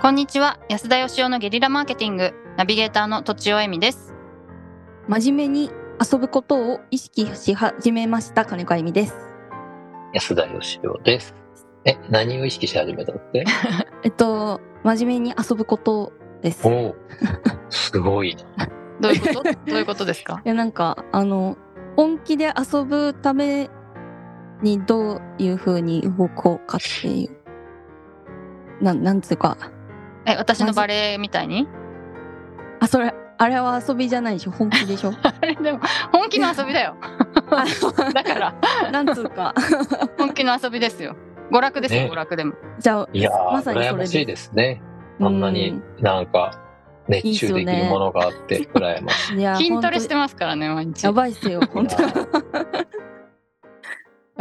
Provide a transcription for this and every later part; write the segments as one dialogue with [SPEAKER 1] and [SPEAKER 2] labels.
[SPEAKER 1] こんにちは安田義雄のゲリラマーケティングナビゲーターの土地尾恵美です
[SPEAKER 2] 真面目に遊ぶことを意識し始めました金子あゆみです
[SPEAKER 3] 安田義雄です。え、何を意識し始めたって
[SPEAKER 2] えっと真面目に遊ぶことですい
[SPEAKER 3] おお、すごいな。
[SPEAKER 1] どういう ことどういうことですか
[SPEAKER 2] やなんかあの本気で遊ぶためにどういうふうに動こうかっていうなんなんつうか
[SPEAKER 1] え私のバレエみたい に
[SPEAKER 2] あそれあれは遊びじゃないでしょ本気で しょ
[SPEAKER 1] あれでも本気の遊びだよ
[SPEAKER 2] あ
[SPEAKER 1] だから
[SPEAKER 2] のなんつうか
[SPEAKER 1] 本気の遊びですよ娯楽ですよ、
[SPEAKER 3] ね
[SPEAKER 1] 娯楽でも
[SPEAKER 2] じゃあ
[SPEAKER 3] いやー、
[SPEAKER 2] まさに
[SPEAKER 3] 羨
[SPEAKER 2] そ
[SPEAKER 3] ま
[SPEAKER 2] れ
[SPEAKER 3] しい
[SPEAKER 2] で
[SPEAKER 3] ですすね。あんな
[SPEAKER 2] う
[SPEAKER 3] になんか熱中できるものがあって、羨ましい。
[SPEAKER 2] いや
[SPEAKER 1] 筋トレして
[SPEAKER 2] 本
[SPEAKER 1] ますからね毎日
[SPEAKER 2] 当やばいっすよ本 当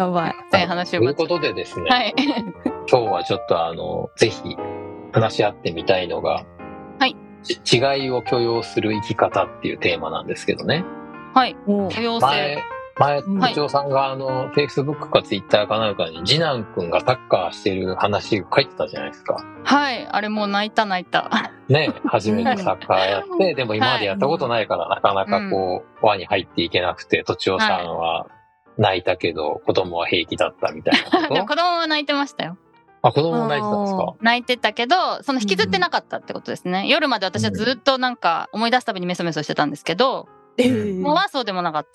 [SPEAKER 2] やばい
[SPEAKER 1] 全然話
[SPEAKER 3] と
[SPEAKER 1] を
[SPEAKER 3] い
[SPEAKER 1] ま
[SPEAKER 3] うことでですね、
[SPEAKER 1] はい
[SPEAKER 3] 今日はちょっとあの、ぜひ話し合ってみたいのが、
[SPEAKER 1] はい
[SPEAKER 3] ち違いを許容する生き方っていうテーマなんですけどね。
[SPEAKER 1] はい
[SPEAKER 2] もう
[SPEAKER 1] 多様性
[SPEAKER 3] 前、前、
[SPEAKER 2] うん
[SPEAKER 3] 部長さんがあの、Facebook か Twitter かなんかに、次男くんがサッカーしてる話書いてたじゃないですか。
[SPEAKER 1] はいあれもう泣いた泣いた
[SPEAKER 3] ね、初めてサッカーやって、でも今までやったことないから、なかなかこう、輪に入っていけなくて、とちおさんは泣いたけど、子供は平気だったみたいな こ
[SPEAKER 1] でも
[SPEAKER 3] と
[SPEAKER 1] 子供は泣いてましたよ
[SPEAKER 3] あ、子供も泣いてたんです
[SPEAKER 2] あ
[SPEAKER 3] か
[SPEAKER 1] 泣いてたけどその引きずってなかったってことですね、夜まで私はずっとなんか思い出すたびにメソメソしてたんですけど、
[SPEAKER 3] ー
[SPEAKER 1] もうはそうでもなかった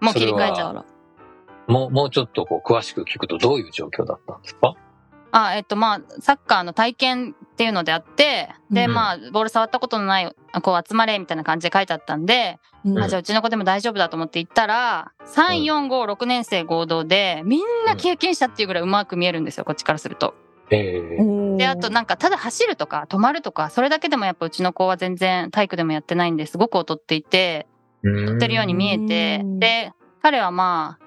[SPEAKER 1] もう切り替えちゃ
[SPEAKER 3] そう
[SPEAKER 2] ら。
[SPEAKER 3] もう、もうちょっとこう、詳しく聞くとどういう状況だったんですか
[SPEAKER 1] あえっとまあサッカーの体験っていうのであってで、
[SPEAKER 2] うん
[SPEAKER 1] まあボール触ったことのない子を集まれみたいな感じで書いてあったんで、
[SPEAKER 2] うん
[SPEAKER 1] あじゃあうちの子でも大丈夫だと思って行ったら3456年生合同でみんな経験者っていうぐらいうまく見えるんですよこっちからすると。
[SPEAKER 3] ええ
[SPEAKER 1] であとなんかただ走るとか止まるとかそれだけでもやっぱうちの子は全然体育でもやってないんですごく劣っていて。
[SPEAKER 3] ー。
[SPEAKER 1] やってるように見えて
[SPEAKER 2] うん
[SPEAKER 1] で彼はまあ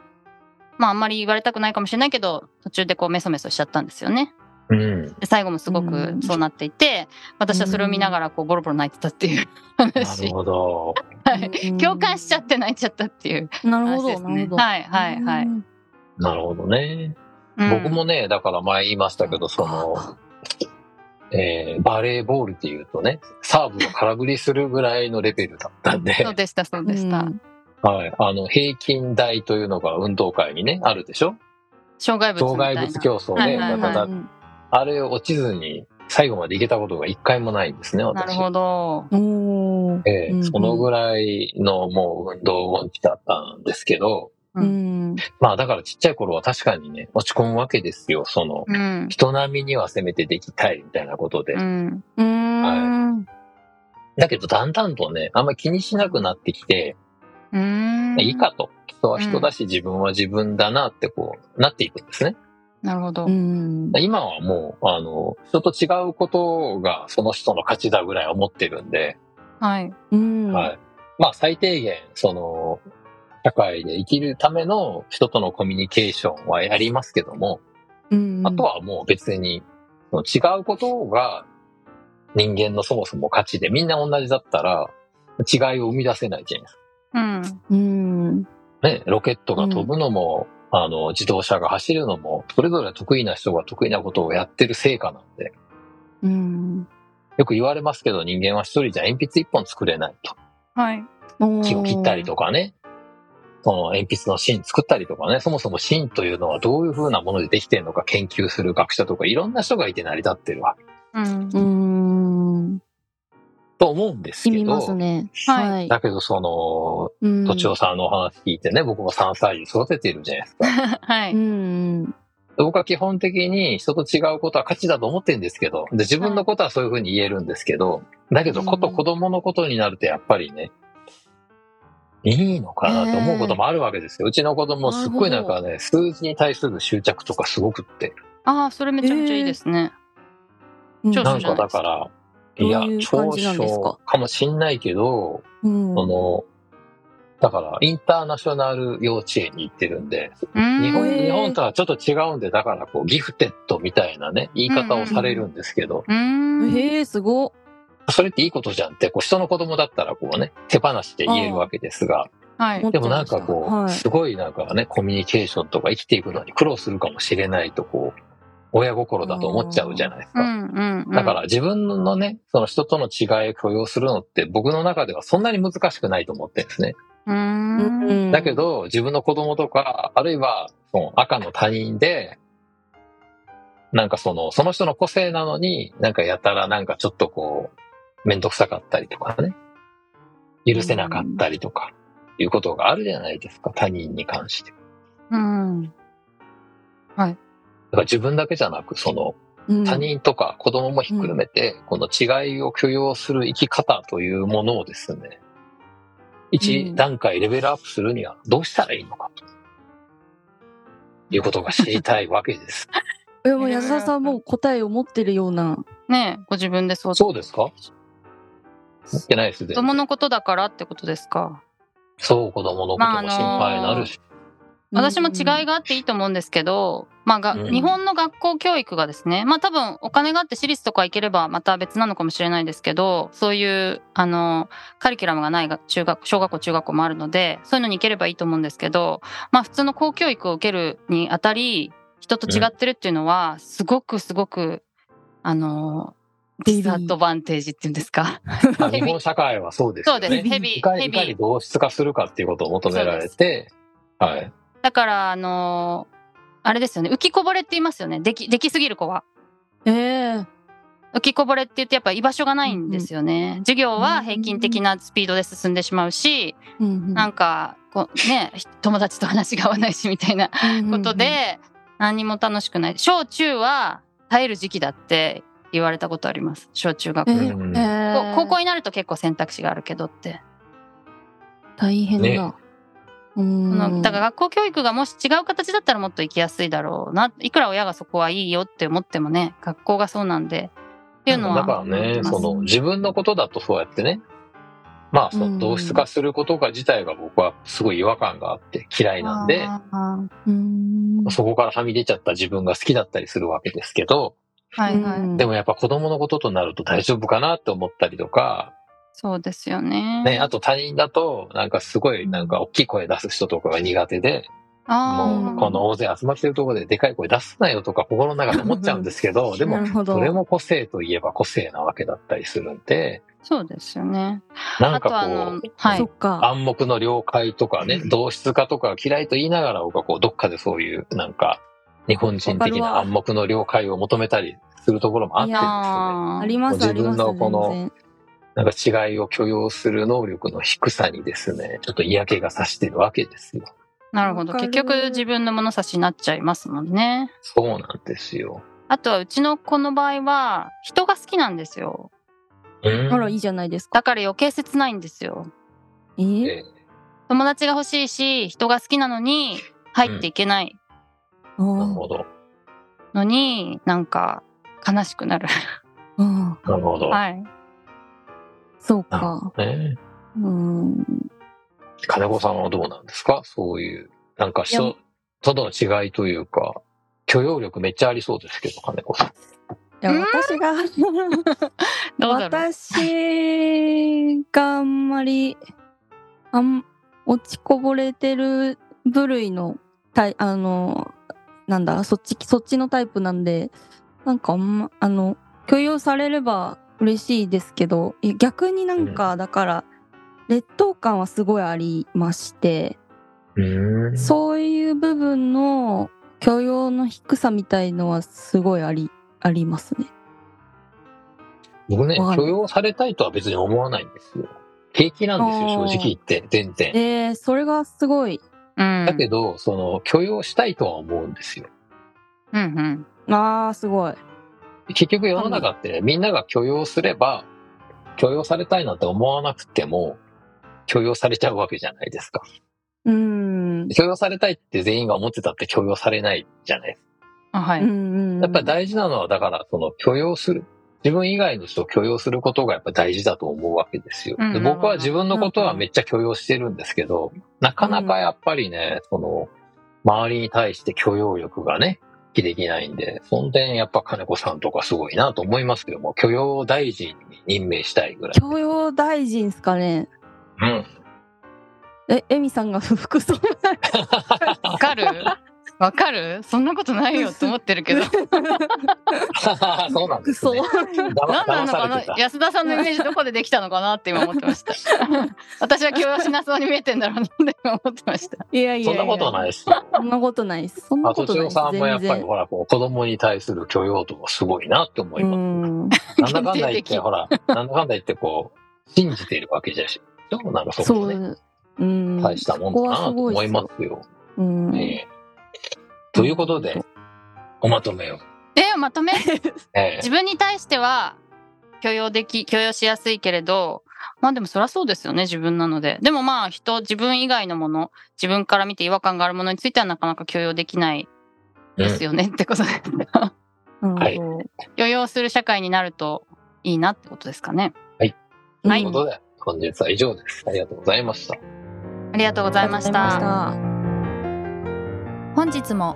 [SPEAKER 1] まああんまり言われたくないかもしれないけど途中でこうメソメソしちゃったんですよね
[SPEAKER 3] うん。
[SPEAKER 1] で最後もすご
[SPEAKER 2] う
[SPEAKER 1] く
[SPEAKER 2] ん
[SPEAKER 1] そうなっていて私はそれを見ながらこうボロボロ泣いてたっていう
[SPEAKER 3] なる
[SPEAKER 1] 話
[SPEAKER 3] ほど。
[SPEAKER 1] はい 共感しちゃって泣いちゃったっていう
[SPEAKER 2] うんなるほ
[SPEAKER 1] 話
[SPEAKER 2] ど、
[SPEAKER 1] です
[SPEAKER 2] なる
[SPEAKER 1] ね
[SPEAKER 2] ほど。
[SPEAKER 1] はいはいはい、
[SPEAKER 3] なるほどね。
[SPEAKER 1] うん
[SPEAKER 3] 僕もね、だから前言いましたけど、その、 えーバレーボールっていうとね、サーブを空振りするぐらいのレベルだったんで。
[SPEAKER 1] そうでしたそう
[SPEAKER 2] う
[SPEAKER 1] でした、
[SPEAKER 2] ん
[SPEAKER 3] はい。あの、平均台というのが運動会にね、あるでしょ
[SPEAKER 1] 障害物
[SPEAKER 3] 障
[SPEAKER 1] みたい
[SPEAKER 3] 害
[SPEAKER 1] な
[SPEAKER 3] 物競争
[SPEAKER 1] はい
[SPEAKER 3] で、
[SPEAKER 1] はいはい
[SPEAKER 3] だからあれを落ちずに最後まで行けたことが一回もないんですね、
[SPEAKER 1] なる
[SPEAKER 3] 私。
[SPEAKER 1] ほど
[SPEAKER 2] おー
[SPEAKER 3] ええ
[SPEAKER 2] うんうん
[SPEAKER 3] そのぐらいのもう運動音痴だったんですけど、
[SPEAKER 1] う
[SPEAKER 2] うん
[SPEAKER 3] まあだからちっちゃい頃は確かにね、落ち込むわけですよ、その、
[SPEAKER 1] うん
[SPEAKER 3] 人並みにはせめてできたいみたいなことで。
[SPEAKER 1] うん
[SPEAKER 2] うーん
[SPEAKER 3] だけどだんだんとね、あんまり気にしなくなってきて、
[SPEAKER 1] うん
[SPEAKER 3] いいかと。人は人だし、自分は自分だなってこう、なっていくんですね。
[SPEAKER 1] なるほど、
[SPEAKER 2] うん
[SPEAKER 3] 今はもう、あの、人と違うことがその人の価値だぐらい思ってるんで、
[SPEAKER 1] はい
[SPEAKER 2] うん
[SPEAKER 3] はい。まあ最低限、その、社会で生きるための人とのコミュニケーションはやりますけども、
[SPEAKER 2] うん
[SPEAKER 3] あとはもう別に、その違うことが人間のそもそも価値で、みんな同じだったら、違いを生み出せないじゃないです
[SPEAKER 1] うん
[SPEAKER 2] うん
[SPEAKER 3] か。ね、ロケットが飛ぶのも、あの、自動車が走るのも、それぞれ得意な人が得意なことをやってる成果なんで、
[SPEAKER 2] うん
[SPEAKER 3] よく言われますけど、人間は一人じゃ鉛筆一本作れないと。
[SPEAKER 1] はい
[SPEAKER 2] おー
[SPEAKER 3] 木を切ったりとかね。その鉛筆の芯作ったりとかね、そもそも芯というのはどういう風なものでできてるのか研究する学者とかいろんな人がいて成り立ってるわ。
[SPEAKER 1] うん
[SPEAKER 2] うん
[SPEAKER 3] と思うんです
[SPEAKER 2] 染
[SPEAKER 3] け
[SPEAKER 2] みま
[SPEAKER 3] ど、
[SPEAKER 2] すね
[SPEAKER 1] はい
[SPEAKER 2] はい
[SPEAKER 3] だけどその、
[SPEAKER 2] うん
[SPEAKER 3] 土地さんのお話聞いてね、僕も3歳児育ててるじゃないですか。
[SPEAKER 1] はい、
[SPEAKER 2] うん
[SPEAKER 3] 僕は基本的に人と違うことは価値だと思ってるんですけど、で自分のことはそういうふうに言えるんですけど、だけどこと
[SPEAKER 2] うん
[SPEAKER 3] 子供のことになるとやっぱりね、いいのかなと思うこともあるわけですよ。うちの子供すっごいなんかね、数字に対する執着とかすごくって。
[SPEAKER 1] ああそれめちゃめちゃいいですね、調
[SPEAKER 3] な
[SPEAKER 1] 子
[SPEAKER 3] ん
[SPEAKER 1] じゃな
[SPEAKER 3] かだから、
[SPEAKER 2] どう
[SPEAKER 3] いや
[SPEAKER 2] いう、感
[SPEAKER 3] 長
[SPEAKER 2] じなんですか
[SPEAKER 3] 所かもしんないけど、
[SPEAKER 2] うん
[SPEAKER 3] その、だから、インターナショナル幼稚園に行ってるんで、
[SPEAKER 1] うん
[SPEAKER 3] 日本
[SPEAKER 2] へー
[SPEAKER 3] 日本とはちょっと違うんで、だからこう、ギフテッドみたいなね、言い方をされるんですけど、
[SPEAKER 1] うーん
[SPEAKER 2] へえすごっ
[SPEAKER 3] それっていいことじゃんって、こう人の子供だったらこうね、手放して言えるわけですが、
[SPEAKER 1] はい
[SPEAKER 2] も。
[SPEAKER 3] でもなんかこう、
[SPEAKER 2] はい
[SPEAKER 3] すごいなんかね、コミュニケーションとか生きていくのに苦労するかもしれないとこう、親心だと思っちゃうじゃないです
[SPEAKER 1] う
[SPEAKER 3] か。
[SPEAKER 1] んうんうん。
[SPEAKER 3] だから自分のね、その人との違いを許容するのって僕の中ではそんなに難しくないと思ってるんですね。
[SPEAKER 1] うーん。うん。
[SPEAKER 3] だけど自分の子供とか、あるいはその赤の他人で、なんかその、その人の個性なのに、なんかやたらなんかちょっとこう、めんどくさかったりとかね、許せなかったりとか、いうことがあるじゃないですか、他人に関して。
[SPEAKER 1] うん。
[SPEAKER 3] だから自分だけじゃなく、そ
[SPEAKER 2] うん
[SPEAKER 3] の、他人とか子供もひっくるめて、この違いを許容する生き方というものをですね、
[SPEAKER 2] う
[SPEAKER 3] 一
[SPEAKER 2] ん
[SPEAKER 3] 段階レベルアップするにはどうしたらいいのかと。いうことが知りたいわけです。
[SPEAKER 2] いやもう安田さんもう答えを持ってるような。
[SPEAKER 1] ねえご自分でそう。
[SPEAKER 3] そうですか持ってないです
[SPEAKER 1] 子
[SPEAKER 3] ね。
[SPEAKER 1] 供のことだからってことですか。
[SPEAKER 3] そう、子供のこと
[SPEAKER 1] まああ
[SPEAKER 3] も
[SPEAKER 1] のー
[SPEAKER 3] 心配になるし。
[SPEAKER 1] 私も違い
[SPEAKER 2] が。
[SPEAKER 1] があっていいと思うんですけど、まあが、
[SPEAKER 3] うん
[SPEAKER 1] 日本の学校教育がですね、まあ多分お金があって私立とか行ければまた別なのかもしれないですけど、そういう、あの、カリキュラムがないが中学、小学校、中学校もあるので、そういうのに行ければいいと思うんですけど、まあ普通の公教育を受けるにあたり、人と違ってるっていうのは、すごくすごく、あの、ディスアドバンテージっていうんですか。
[SPEAKER 3] まあ日本社会はそうです
[SPEAKER 1] そ
[SPEAKER 3] よ
[SPEAKER 1] う
[SPEAKER 3] ね。
[SPEAKER 1] です。ヘビ、
[SPEAKER 3] いか
[SPEAKER 1] ヘ
[SPEAKER 3] いかに
[SPEAKER 1] ビ。
[SPEAKER 3] 同質化するかっていうことを求められ
[SPEAKER 1] そ
[SPEAKER 3] て、はい。
[SPEAKER 1] だから、あの、あれですよね、浮きこぼれって言いますよね。でき、できすぎる子は。
[SPEAKER 2] ええ
[SPEAKER 1] 浮きこぼれって言ってやっぱ居場所がないんですよね。授業は平均的なスピードで進んでしまうし、
[SPEAKER 2] うん
[SPEAKER 1] なんかこうね友達と話が合わないしみたいな
[SPEAKER 2] うん
[SPEAKER 1] ことで何にも楽しくない。小中は耐える時期だって言われたことあります。小中学
[SPEAKER 2] え
[SPEAKER 1] 校。
[SPEAKER 2] え
[SPEAKER 3] うん
[SPEAKER 2] ええ
[SPEAKER 1] 高校になると結構選択肢があるけどって。
[SPEAKER 2] 大変だ。
[SPEAKER 3] ね
[SPEAKER 2] う
[SPEAKER 1] その
[SPEAKER 2] ん。
[SPEAKER 1] だから学校教育がもし違う形だったらもっと行きやすいだろうな。いくら親がそこはいいよって思ってもね、学校がそうなんで。っていうのは。
[SPEAKER 3] だからね、
[SPEAKER 1] 思
[SPEAKER 3] そ
[SPEAKER 1] います
[SPEAKER 3] の自分のことだとそうやってね、まあそ
[SPEAKER 2] うん
[SPEAKER 3] の同質化することが自体が僕はすごい違和感があって嫌いなんで、
[SPEAKER 1] あー
[SPEAKER 2] うん。
[SPEAKER 3] そこからはみ出ちゃった自分が好きだったりするわけですけど、
[SPEAKER 1] はいはい。
[SPEAKER 2] うん
[SPEAKER 3] でもやっぱ子供のこととなると大丈夫かなって思ったりとか、
[SPEAKER 1] そうですよね。
[SPEAKER 3] ね、あと他人だとなんかすごいなんか大きい声出す人とかが苦手で、
[SPEAKER 1] あー
[SPEAKER 3] もうこの大勢集まってるところででかい声出すなよとか心の中で思っちゃうんですけど、で
[SPEAKER 2] な
[SPEAKER 3] も
[SPEAKER 2] るほど
[SPEAKER 3] それも個性といえば個性なわけだったりするんで、
[SPEAKER 1] そうですよね。
[SPEAKER 3] なんか
[SPEAKER 1] あとあ
[SPEAKER 3] こ
[SPEAKER 1] の
[SPEAKER 3] う、
[SPEAKER 1] はい
[SPEAKER 2] そっか。
[SPEAKER 3] 暗黙の了解とかね、同質化とか嫌いと言いながら、僕はこう、どっかでそういう、なんか、日本人
[SPEAKER 2] わか
[SPEAKER 3] 的
[SPEAKER 2] るわ
[SPEAKER 3] な暗黙の了解を求めたりするところもあって
[SPEAKER 1] い
[SPEAKER 3] で
[SPEAKER 1] や
[SPEAKER 3] すね。
[SPEAKER 1] ー
[SPEAKER 2] ありますあります。
[SPEAKER 3] 自分のこの
[SPEAKER 2] 全然
[SPEAKER 3] なんか違いを許容する能力の低さにですね、ちょっと嫌気がさしてるわけですよ。
[SPEAKER 1] なるほど。
[SPEAKER 2] わか
[SPEAKER 1] 結
[SPEAKER 2] る
[SPEAKER 1] 局自分の物差しになっちゃいますもんね。
[SPEAKER 3] そうなんですよ。
[SPEAKER 1] あとはうちの子の場合は人が好きなんですよ。
[SPEAKER 3] うん
[SPEAKER 2] あらいいじゃないですか。
[SPEAKER 1] だから余計切ないんですよ。
[SPEAKER 2] えー
[SPEAKER 3] え
[SPEAKER 1] 友達が欲しいし、人が好きなのに入っていけない
[SPEAKER 2] あ
[SPEAKER 3] なる
[SPEAKER 2] ー
[SPEAKER 3] ほど。
[SPEAKER 1] のに、なんか悲しくなる。
[SPEAKER 2] うん。
[SPEAKER 3] なるほど。
[SPEAKER 1] はい。
[SPEAKER 2] そうか。
[SPEAKER 3] ね、
[SPEAKER 2] うん。
[SPEAKER 3] 金子さんはどうなんですかそういう、なんか
[SPEAKER 2] いや
[SPEAKER 3] 人との違いというか、許容力めっちゃありそうですけど、金子さん。
[SPEAKER 2] いや
[SPEAKER 1] うん
[SPEAKER 2] 私が
[SPEAKER 1] どうだろう。
[SPEAKER 2] 私があんまりあん落ちこぼれてる部類のタイあのなんだそっちそっちのタイプなんでなんかあんまあの許容されれば嬉しいですけどいや逆になんか、だから劣等感はすごいありまして。
[SPEAKER 3] うん
[SPEAKER 2] そういう部分の許容の低さみたいのはすごいあり、ありますね。
[SPEAKER 3] 僕ね、
[SPEAKER 2] わかる
[SPEAKER 3] 許容されたいとは別に思わないんですよ。平気なんですよ、
[SPEAKER 2] あー
[SPEAKER 3] 正直言って、全然。
[SPEAKER 2] えー、それがすごい。
[SPEAKER 1] うん。
[SPEAKER 3] だけど、その、許容したいとは思うんですよ。
[SPEAKER 1] うんうん。
[SPEAKER 2] ああ、すごい。
[SPEAKER 3] 結局世の中って、みんなが許容すれば、許容されたいなんて思わなくても、許容されちゃうわけじゃないですか。
[SPEAKER 2] うーん。
[SPEAKER 3] 許容されたいって全員が思ってたって許容されないじゃないですか。
[SPEAKER 1] あは
[SPEAKER 2] うん
[SPEAKER 1] い。
[SPEAKER 2] うん
[SPEAKER 3] やっぱり大事なのは、だから、その、許容する。自分以外の人を許容することがやっぱ大事だと思うわけですよ。
[SPEAKER 1] うん
[SPEAKER 3] で僕は自分のことはめっちゃ許容してるんですけど、なかなかやっぱりね、その、周りに対して許容力がね、発揮できないんで、その点やっぱ金子さんとかすごいなと思いますけども、許容大臣に任命したいぐらい。
[SPEAKER 2] 教養大臣ですかね。
[SPEAKER 3] うん。
[SPEAKER 2] え、エミさんが服装
[SPEAKER 1] わかるわかるそんなことないよと思ってるけど
[SPEAKER 3] そうなんで
[SPEAKER 2] ク
[SPEAKER 3] すね
[SPEAKER 2] ソ。。
[SPEAKER 3] 騙
[SPEAKER 1] 何な
[SPEAKER 3] 騙
[SPEAKER 1] の
[SPEAKER 3] さ
[SPEAKER 1] か
[SPEAKER 3] れ
[SPEAKER 1] な
[SPEAKER 3] てた。
[SPEAKER 1] 安田さんのイメージどこでできたのかなって今思ってました 私は強しなそうに見えてんだろうなって今思ってました
[SPEAKER 2] いやいやいや。
[SPEAKER 3] そんなことないし。
[SPEAKER 2] そんなことないです。そんな
[SPEAKER 3] あ
[SPEAKER 2] ことと
[SPEAKER 3] ち
[SPEAKER 2] ない
[SPEAKER 3] お
[SPEAKER 2] です。
[SPEAKER 3] さんもや
[SPEAKER 2] 全
[SPEAKER 3] っぱり
[SPEAKER 2] 然。
[SPEAKER 3] ほら、こう子供に対する許容度もすごいなって思いうます。
[SPEAKER 2] ん。
[SPEAKER 3] なんだかんだ言っ
[SPEAKER 1] 限定的
[SPEAKER 3] て、ほら、なんだかんだ言って、こう、信じているわけじゃし、でもなんかそこ
[SPEAKER 2] そ
[SPEAKER 3] もね、
[SPEAKER 2] う。うん。
[SPEAKER 3] 大したもんだなと思いますよ。
[SPEAKER 2] す。うん。
[SPEAKER 3] ええということで、おまとめを。
[SPEAKER 1] でまとめ
[SPEAKER 3] ええ
[SPEAKER 1] 自分に対しては許容でき許容しやすいけれどまあでもそりゃそうですよね自分なのででもまあ人自分以外のもの自分から見て違和感があるものについてはなかなか許容できないですよね、ってことです
[SPEAKER 2] うん
[SPEAKER 3] はい
[SPEAKER 1] 許容する社会になるといいなってことですかね
[SPEAKER 3] うん、
[SPEAKER 1] はい
[SPEAKER 3] ということで、本日は以上です。ありがとうございました。
[SPEAKER 1] ありがとうございまし
[SPEAKER 2] ありがとうございま
[SPEAKER 1] た
[SPEAKER 2] した。
[SPEAKER 4] 本日も